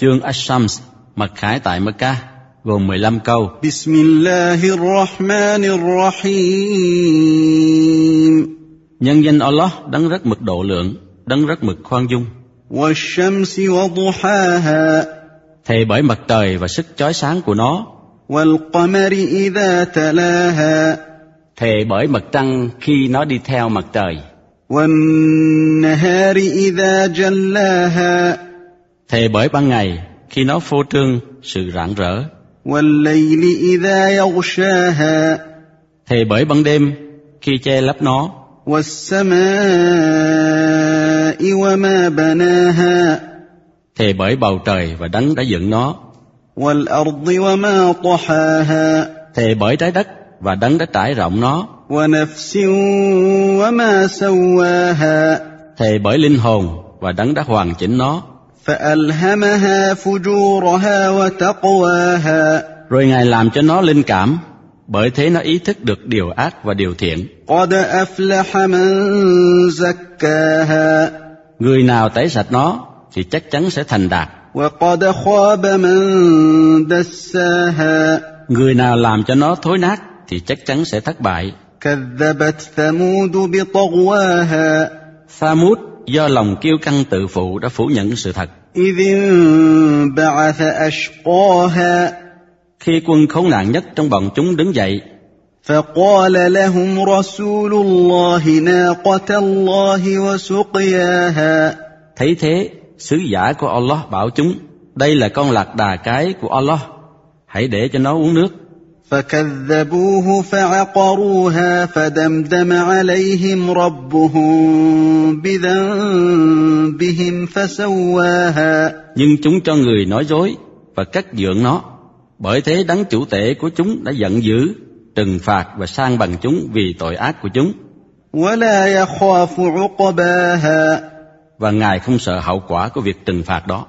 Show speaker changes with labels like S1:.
S1: Chương Ashams mặc khải tại Mecca gồm 15 câu.
S2: بسم الله الرحمن الرحيم
S1: Nhân danh Allah đấng rất mực độ lượng, đấng rất mực khoan dung.
S2: والشمس وضحاها
S1: Thề bởi mặt trời và sức chói sáng của nó.
S2: والقمر إذا تلاها
S1: Thề bởi mặt trăng khi nó đi theo mặt trời.
S2: والنهار إذا جلاها
S1: Thề bởi ban ngày khi nó phô trương sự rạng rỡ.
S2: والليل إذا يغشاها
S1: Thề bởi ban đêm khi che lấp nó.
S2: والسماء وما بناها
S1: Thề bởi bầu trời và đấng đã dựng nó.
S2: والأرض وما طحاها
S1: Thề bởi trái đất và đấng đã trải rộng nó.
S2: ونفس وما سواها
S1: Thề bởi linh hồn và đấng đã hoàn chỉnh nó.
S2: فألهمها فجورها وتقواها
S1: Rồi Ngài làm cho nó linh cảm, bởi thế nó ý thức được điều ác và điều thiện.
S2: قد أفلح من زكاها
S1: Người nào tẩy sạch nó thì chắc chắn sẽ thành đạt.
S2: وقد خاب من دساها
S1: Người nào làm cho nó thối nát thì chắc chắn sẽ thất bại.
S2: كذبت ثمود بطغواها
S1: Thamud do lòng kiêu căng tự phụ đã phủ nhận sự thật.
S2: إذ انبعث أشقاها
S1: Khi quân khốn nạn nhất trong bọn chúng đứng dậy,
S2: فقال لهم رسول الله ناقة الله وسقياها
S1: thấy thế, sứ giả của Allah bảo chúng, đây là con lạc đà cái của Allah, hãy để cho nó uống nước.
S2: فكذبوه فعقروها فدمدم عليهم ربهم بذنبهم فسواها
S1: Nhưng chúng cho người nói dối và cắt dưỡng nó. Bởi thế đấng chủ tể của chúng đã giận dữ, trừng phạt và sang bằng chúng vì tội ác của chúng.
S2: ولا يخاف عقباها
S1: Và Ngài không sợ hậu quả của việc trừng phạt đó.